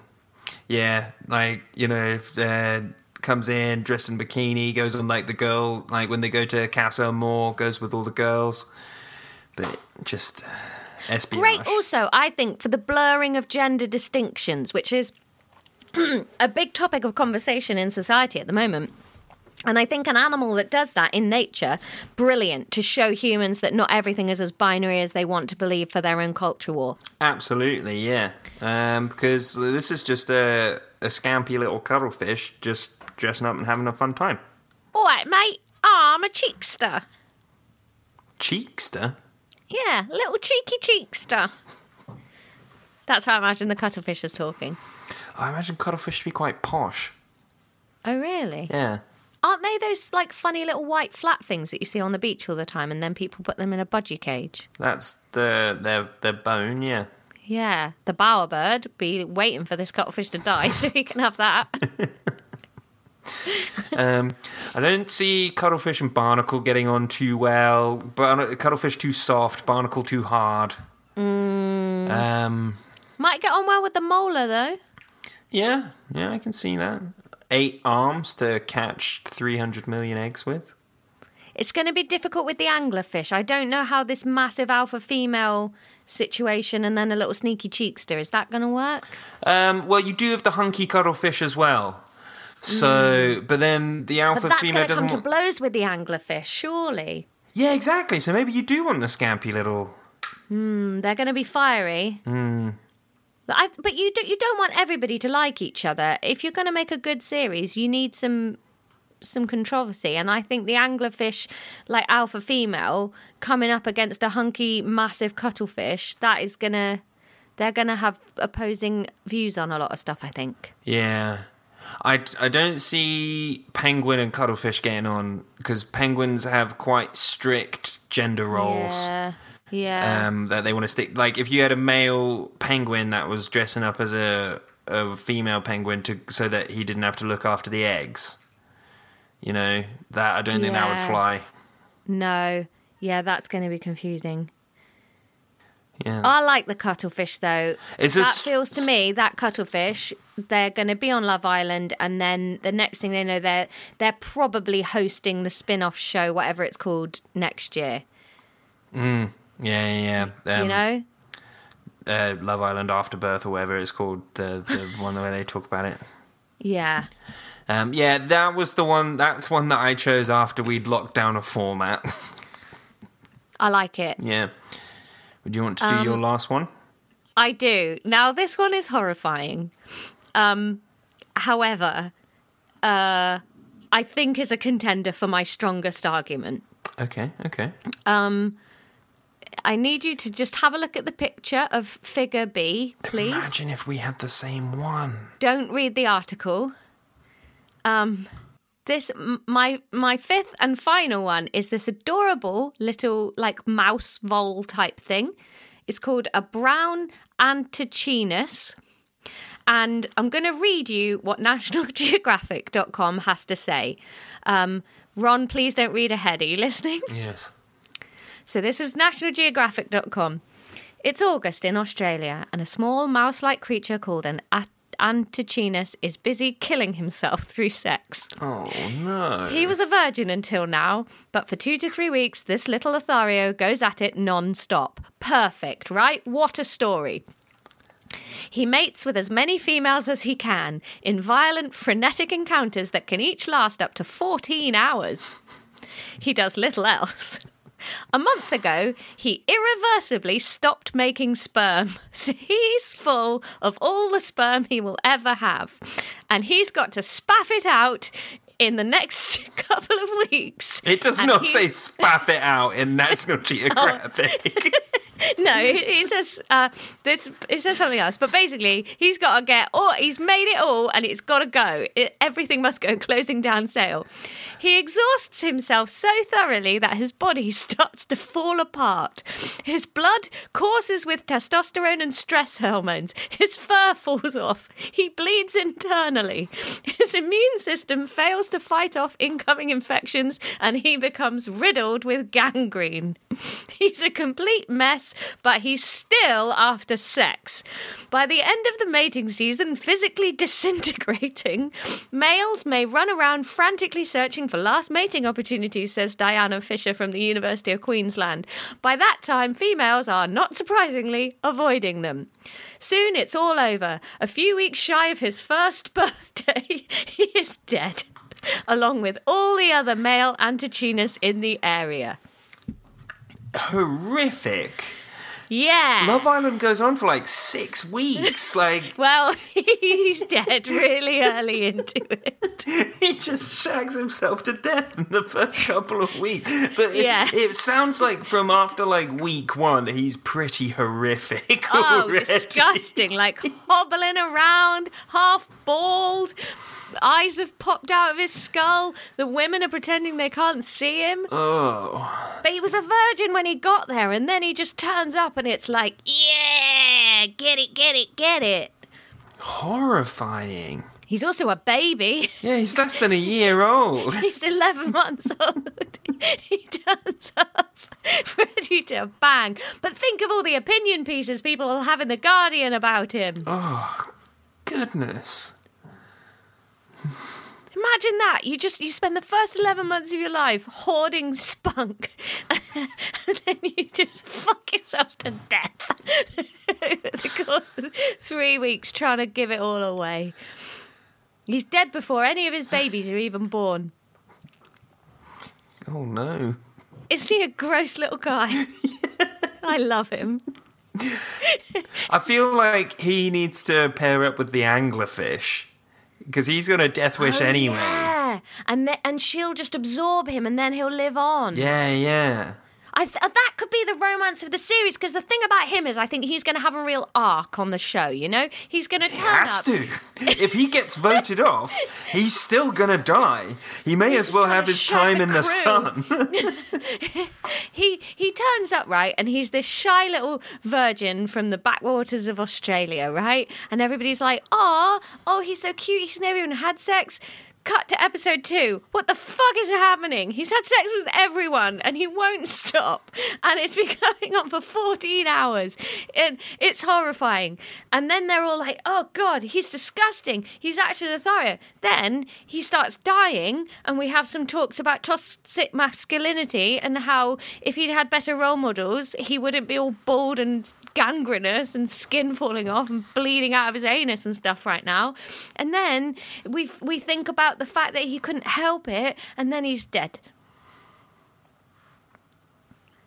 Yeah, like you know, if, uh, comes in dressed in bikini, goes on like the girl, like when they go to Casa Moore, goes with all the girls, but just uh, espionage. Great also, I think, for the blurring of gender distinctions, which is a big topic of conversation in society at the moment. And I think an animal that does that in nature, brilliant to show humans that not everything is as binary as they want to believe for their own culture war. Absolutely, yeah. Um, because this is just a a scampy little cuttlefish just dressing up and having a fun time. All right, mate, I'm a cheekster. Cheekster. Yeah, little cheeky cheekster. That's how I imagine the cuttlefish is talking. I imagine cuttlefish to be quite posh. Oh, really? Yeah. Aren't they those like funny little white flat things that you see on the beach all the time and then people put them in a budgie cage? That's the their their bone, yeah. Yeah, the bowerbird be waiting for this cuttlefish to die so he can have that. Um, I don't see cuttlefish and barnacle getting on too well. Barn- cuttlefish too soft, barnacle too hard. Mm. Um, Might get on well with the molar though. yeah, yeah, I can see that. Eight arms to catch 300 million eggs with. It's going to be difficult with the anglerfish. I don't know how this massive alpha female situation and then a little sneaky cheekster is that going to work? Um, well, you do have the hunky cuttlefish as well. So, but then the alpha Mm. But that's female going to doesn't. come to want- blows with the anglerfish, surely. yeah, exactly. So maybe you do want the scampy little. They're going to be fiery. But I, but you do, you don't want everybody to like each other. If you're going to make a good series, you need some some controversy. And I think the anglerfish, like alpha female, coming up against a hunky massive cuttlefish, that is going to they're going to have opposing views on a lot of stuff. I think. Yeah. I, I don't see penguin and cuttlefish getting on because penguins have quite strict gender roles Yeah. Yeah. um, that they want to stick. Like, if you had a male penguin that was dressing up as a, a female penguin to so that he didn't have to look after the eggs, you know, that I don't think that Yeah. would fly. no. Yeah, that's going to be confusing. Yeah. I like the cuttlefish though. It's a that s- feels to me that cuttlefish they're going to be on Love Island, and then the next thing they know, they're they're probably hosting the spin-off show, whatever it's called, next year. yeah, yeah, yeah. Um, you know, uh, Love Island Afterbirth or whatever it's called, the, the one where they talk about it. yeah. Um, yeah, that was the one. That's one that I chose after we'd locked down a format. I like it. yeah. Would you want to do your Um, last one? I do. Now this one is horrifying. Um however, uh I think is a contender for my strongest argument. Okay. Okay. I need you to just have a look at the picture of figure B, please. Imagine if we had the same one. don't read the article. Um, this m- my my fifth and final one is this adorable little like mouse vole type thing. It's called a brown antechinus. And I'm going to read you what NationalGeographic.com has to say. Um, Ron, please don't read ahead. Are you listening? Yes. So this is nationalgeographic.com. It's August in Australia, and a small mouse like creature called an a- Antechinus is busy killing himself through sex. Oh no. He was a virgin until now, but for two to three weeks, this little Lothario goes at it non stop. Perfect, right? What a story. He mates with as many females as he can in violent, frenetic encounters that can each last up to 14 hours. He does little else. A month ago, he irreversibly stopped making sperm. So he's full of all the sperm he will ever have. And he's got to spaff it out in the next couple of weeks. It does And not he- Oh. say spaff it out in National Geographic. No, it it says uh, this. It says something else, but basically, he's got to get. Or he's made it all, and it's got to go. It, everything must go. Closing down sale. He exhausts himself so thoroughly that his body starts to fall apart. His blood courses with testosterone and stress hormones. His fur falls off. He bleeds internally. His immune system fails to fight off incoming infections, and he becomes riddled with gangrene. He's a complete mess, but he's still after sex. By the end of the mating season, physically disintegrating, males may run around frantically searching for last mating opportunities, says Diana Fisher from the University of Queensland. By that time, females are, not surprisingly, avoiding them. Soon it's all over. A few weeks shy of his first birthday, he is dead, along with all the other male antechinus in the area. Horrific. Yeah. Love Island goes on for like six weeks. Like Well, he's dead really early into it. he just shags himself to death in the first couple of weeks. But it, Yeah. it sounds like from after like week one, he's pretty horrific. Oh, already. disgusting. Like hobbling around, half bald, eyes have popped out of his skull. The women are pretending they can't see him. Oh, But he was a virgin when he got there, and then he just turns up and it's like, yeah, get it, get it, get it. horrifying. He's also a baby. Yeah, he's less than a year old. He's 11 months old. he turns up ready to bang. But think of all the opinion pieces people will have in The Guardian about him. Oh, goodness. Imagine that. You just you spend the first 11 months of your life hoarding spunk and then you just fuck yourself to death over the course of three weeks trying to give it all away. He's dead before any of his babies are even born. Oh no. Isn't he a gross little guy? I love him. I feel like he needs to pair up with the anglerfish because he's gonna death wish Oh, anyway. Yeah, and th- and she'll just absorb him, and then he'll live on. Yeah, yeah. I th- that could be the romance of the series because the thing about him is, I think he's going to have a real arc on the show. You know, he's going to turn Has up. to. If he gets voted off, he's still gonna die. He may as well trying have to his shag time the in the crew. sun. He he turns up right, and he's this shy little virgin from the backwaters of Australia, right? And everybody's like, "Ah, oh, he's so cute. He's never even had sex." Cut to episode two. What the fuck is happening? He's had sex with everyone and he won't stop. And it's been going on for 14 hours. And it's horrifying. And then they're all like, oh God, he's disgusting. He's actually Lothario. Then he starts dying, and we have some talks about toxic masculinity and how if he'd had better role models, he wouldn't be all bald and gangrenous and skin falling off and bleeding out of his anus and stuff right now. And then we we think about the fact that he couldn't help it, and then he's dead.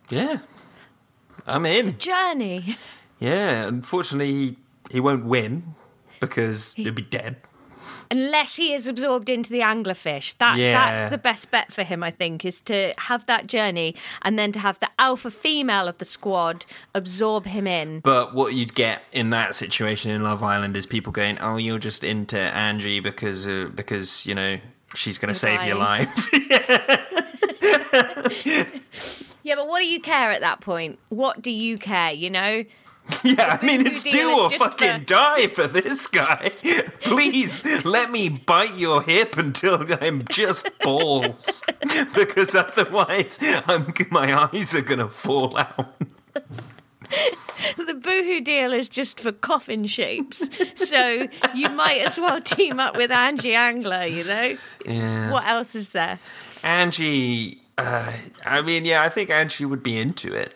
Yeah. I'm It's a in. journey. Yeah, unfortunately, he, he won't win because he'll be dead. Unless he is absorbed into the anglerfish, that Yeah. that's the best bet for him. I think is to have that journey and then to have the alpha female of the squad absorb him in. But what you'd get in that situation in Love Island is people going, "Oh, you're just into Angie because uh, because you know she's going to save your dying. life." Yeah, but what do you care at that point? What do you care? You know, Yeah, I mean, Voodoo it's do deal or is just fucking for- die for this guy. Please let me bite your hip until I'm just balls, because otherwise, I'm my eyes are gonna fall out. The boohoo deal is just for coffin shapes. so you might as well team up with Angie Angler, you know? Yeah. What else is there? Angie, uh, I mean, yeah, I think Angie would be into it.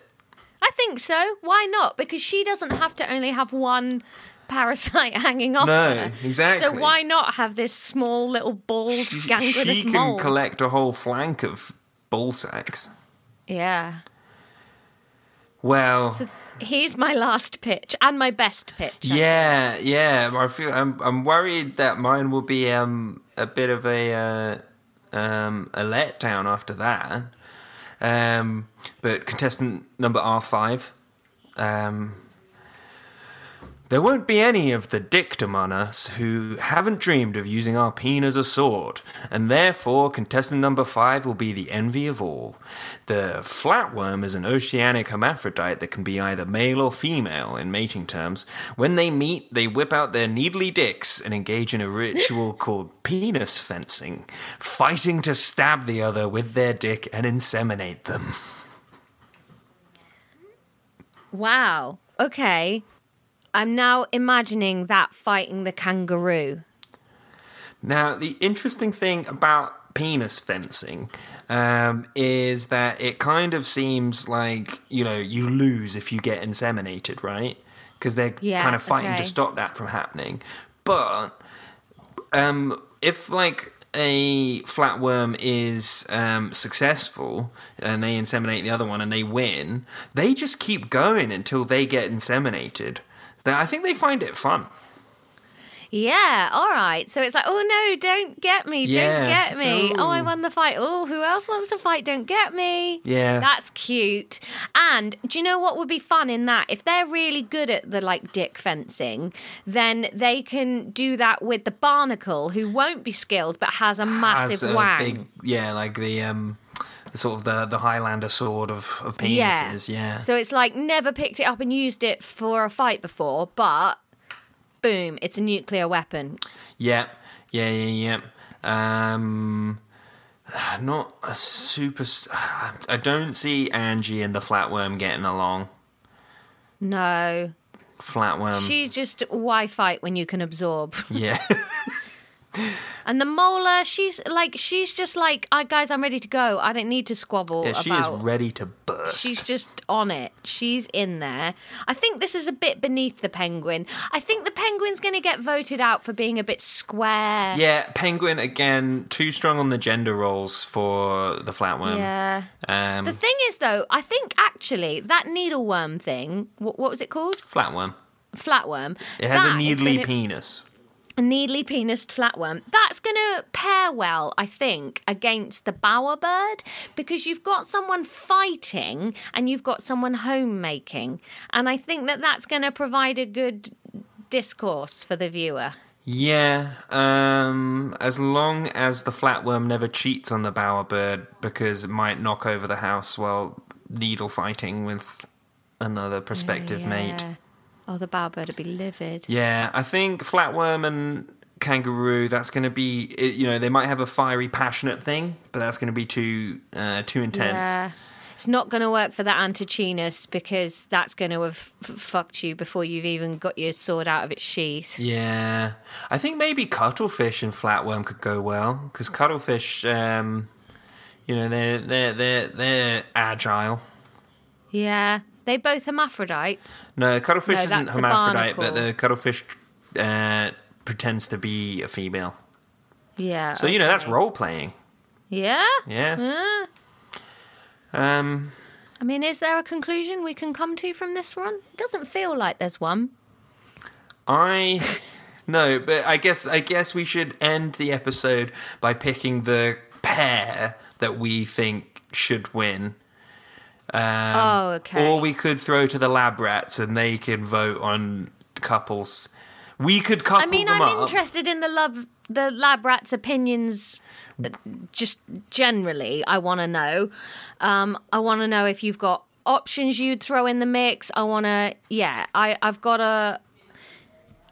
I think so. Why not? Because she doesn't have to only have one parasite hanging off No, her. exactly. So why not have this small little bald She, gangrenous she can mole? collect a whole flank of ball sacks. yeah. Well, Here's my last pitch and my best pitch. yeah, yeah. I feel I'm I'm worried that mine will be um a bit of a uh, um a letdown after that. Um, but contestant number R five. Um, There won't be any of the dicked among us who haven't dreamed of using our peen as a sword, and therefore contestant number five will be the envy of all. The flatworm is an oceanic hermaphrodite that can be either male or female in mating terms. When they meet, they whip out their needly dicks and engage in a ritual called penis fencing, fighting to stab the other with their dick and inseminate them. Wow. Okay. I'm now imagining that fighting the kangaroo. Now, the interesting thing about penis fencing um, is that it kind of seems like, you know, you lose if you get inseminated, right? Because they're Yeah, kind of fighting okay. to stop that from happening. But um, if, like, a flatworm is um, successful and they inseminate the other one and they win, they just keep going until they get inseminated. That- I think they find it fun. Yeah, all right. So it's like, oh no, don't get me, Yeah. don't get me. Oh, I Ooh. won the fight. Oh, who else wants to fight? Don't get me. Yeah. That's cute. And do you know what would be fun in that? If they're really good at the like dick fencing, then they can do that with the barnacle who won't be skilled but has a massive As a wang. big- yeah, like the um, the sort of the the Highlander sword of of yeah. penises. Yeah, So it's like never picked it up and used it for a fight before, but boom, it's a nuclear weapon. yeah, yeah, yeah, yeah. Um, not a super. s- I don't see Angie and the flatworm getting along. No. Flatworm. She's just why fight when you can absorb. yeah. And the molar, she's like she's just like, I guys, I'm ready to go. I don't need to squabble yeah, she is about. ready to burst. She's just on it. She's in there. I think this is a bit beneath the penguin. I think the penguin's going to get voted out for being a bit square. yeah, penguin again. Too strong on the gender roles for the flatworm. Yeah. Um, The thing is, though, I think actually that needleworm thing, what, what was it called? flatworm. Flatworm. It has a that is needly gonna- penis. a needly penised flatworm. That's going to pair well, I think, against the bowerbird because you've got someone fighting and you've got someone homemaking. And I think that that's going to provide a good discourse for the viewer. Yeah, um, as long as the flatworm never cheats on the bowerbird because it might knock over the house while needle fighting with another prospective mate. Oh, the bowerbird would be livid. Yeah, I think flatworm and kangaroo. That's going to be, it- you know, they might have a fiery, passionate thing, but that's going to be too, uh, too intense. Yeah. It's not going to work for that antechinus because that's going to have f- fucked you before you've even got your sword out of its sheath. Yeah, I think maybe cuttlefish and flatworm could go well because cuttlefish, um, you know, they're they're they're they're agile. Yeah. They both hermaphrodites. No, cuttlefish No, isn't that's the hermaphrodite, but barnacle. the cuttlefish uh, pretends to be a female. Yeah. So you know that's role playing. Yeah? Yeah. Yeah. Um. I mean, is there a conclusion we can come to from this one? It doesn't feel like there's one. I. No, but I guess I guess we should end the episode by picking the pair that we think should win. oh, okay. um, Or we could throw to the lab rats and they can vote on couples. We could couple I mean, them I'm up. interested in the love, the lab rat's opinions. uh, Just generally, I want to know. Um, I want to know if you've got options you'd throw in the mix. I want to, yeah, I, I've got a.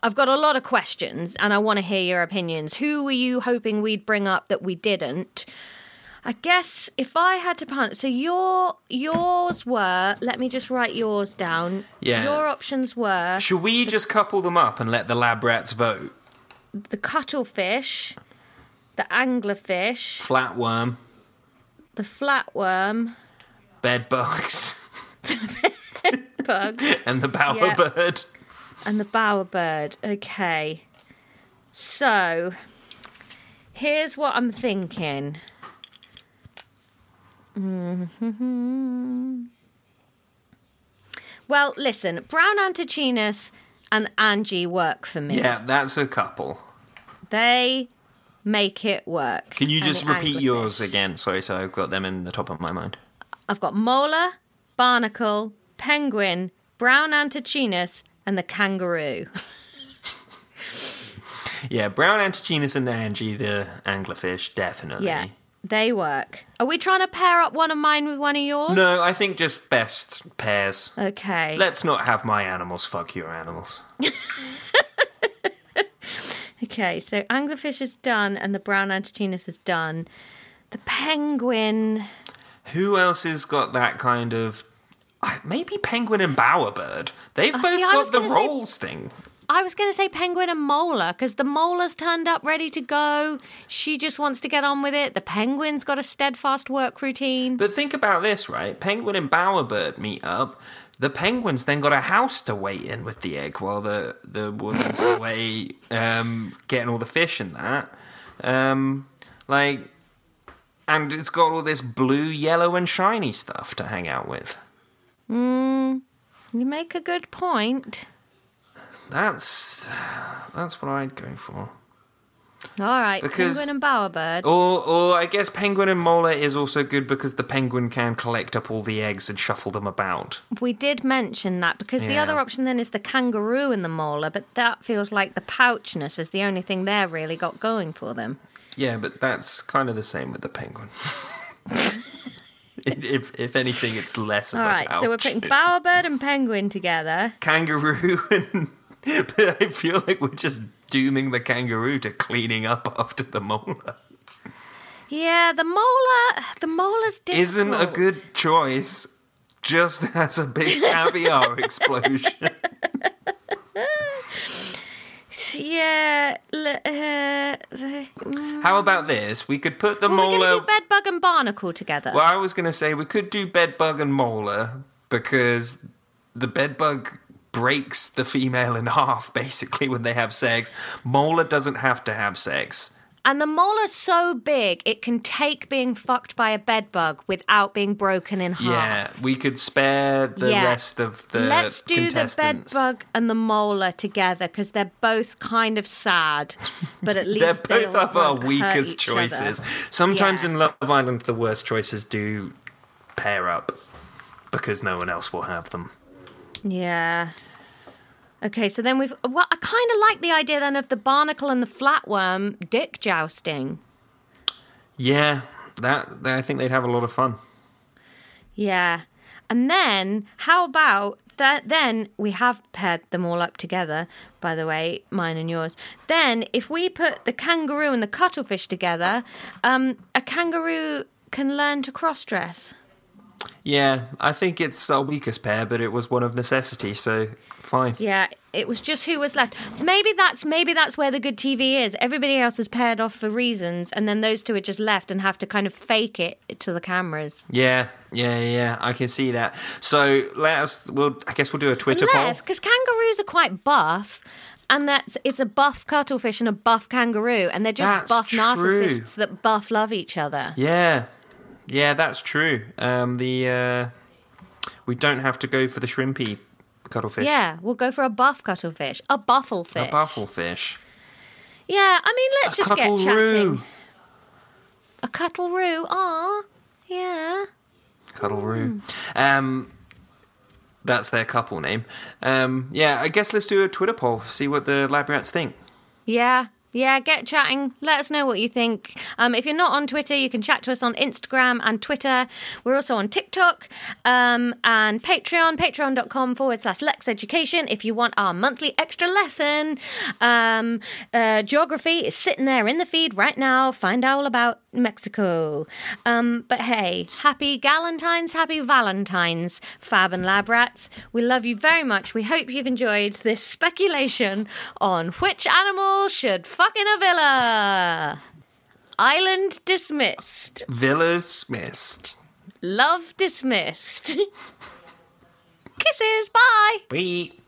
I've got a lot of questions and I want to hear your opinions. Who were you hoping we'd bring up that we didn't? I guess if I had to punt, so your yours were, let me just write yours down. Yeah. Your options were Should we just couple them up and let the lab rats vote? the cuttlefish, the anglerfish, Flatworm, the flatworm, bed bugs, bug, and the Yeah. bowerbird. bird. and the bowerbird. Okay. So, here's what I'm thinking. Mhm. Well, listen, Brown Antechinus and Angie work for me. Yeah, that's a couple. They make it work. Can you And just the repeat anglerfish. yours again? Sorry, so I've got them in the top of my mind. I've got molar, barnacle, penguin, brown antechinus, and the kangaroo. Yeah, brown antechinus and Angie, the anglerfish, definitely. Yeah, they work. Are we trying to pair up one of mine with one of yours? No, I think just best pairs. Okay. Let's not have my animals fuck your animals. okay, so anglerfish is done and the brown antechinus is done. The penguin. Who else has got that kind of? I- Maybe penguin and bowerbird. They've Oh, both see, I was got the gonna say- rolls thing. I was going to say penguin and molar because the molar's turned up ready to go. She just wants to get on with it. The penguin's got a steadfast work routine. But think about this, right? Penguin and bowerbird meet up. The penguin's then got a house to wait in with the egg while the the woman's away um, getting all the fish and that. Um, like, and it's got all this blue, yellow, and shiny stuff to hang out with. You make a good point. That's that's what I'd go for. All right, Because- penguin and bowerbird. Or, or I guess penguin and molar is also good because the penguin can collect up all the eggs and shuffle them about. We did mention that because the Yeah. other option then is the kangaroo and the molar, but that feels like the pouchness is the only thing they're really got going for them. Yeah, but that's kind of the same with the penguin. if, if- if anything, it's less. Of All a right, so we're pouch. putting bowerbird and penguin together. kangaroo, and but I feel like we're just dooming the kangaroo to cleaning up after the molar. Yeah, the molar, the molar's difficult. Isn't a good choice. Just has a big caviar explosion. Yeah, l- uh, the, mm. How about this? We could put the well, we're molar gonna do bed bug and barnacle together. Well, I was going to say we could do bedbug and molar because the bedbug breaks the female in half basically when they have sex. Molar doesn't have to have sex. And the molar's so big it can take being fucked by a bed bug without being broken in half. Yeah, we could spare the Yeah. rest of the Let's do the bed contestants. bug and the molar together because they're both kind of sad, but at They're least they both of our won't hurt weakest each other. choices. Sometimes Yeah. in Love Island, the worst choices do pair up because no one else will have them. Yeah. Okay, so then we've. Well, I kind of like the idea then of the barnacle and the flatworm dick jousting. Yeah, that I think they'd have a lot of fun. Yeah. And then, how about that? Then we have paired them all up together, by the way, mine and yours. Then, if we put the kangaroo and the cuttlefish together, um, a kangaroo can learn to cross dress. Yeah, I think it's our weakest pair, but it was one of necessity, so fine. Yeah, it was just who was left. Maybe that's maybe that's where the good TV is. Everybody else is paired off for reasons, and then those two are just left and have to kind of fake it to the cameras. Yeah, yeah, yeah, I can see that. So let us. We'll. I guess we'll do a Twitter Unless, poll. because kangaroos are quite buff, and that's it's a buff cuttlefish and a buff kangaroo, and they're just That's buff true. narcissists that buff love each other. Yeah, yeah, that's true. Um, the uh, we don't have to go for the shrimpy cuttlefish. Yeah, we'll go for a buff cuttlefish, a bufflefish. a bufflefish. Yeah, I mean, let's just get Cuttleroo. chatting. A cuttleroo, ah, yeah. Cuddleroo. Hmm. Um, that's their couple name. Um, yeah, I guess let's do a Twitter poll. See what the lab rats think. Yeah, Yeah, get chatting. Let us know what you think. Um, if you're not on Twitter, you can chat to us on Instagram and Twitter. We're also on TikTok um, and Patreon, patreon.com forward slash Lex Education. If you want our monthly extra lesson, um, uh, geography is sitting there in the feed right now. Find out all about Mexico. Um, but hey, happy Galentine's, happy Valentine's, Fab and Lab Rats. We love you very much. We hope you've enjoyed this speculation on which animal should fuck in a villa. Island dismissed. Villa's missed. Love dismissed. Kisses. Bye. Beep.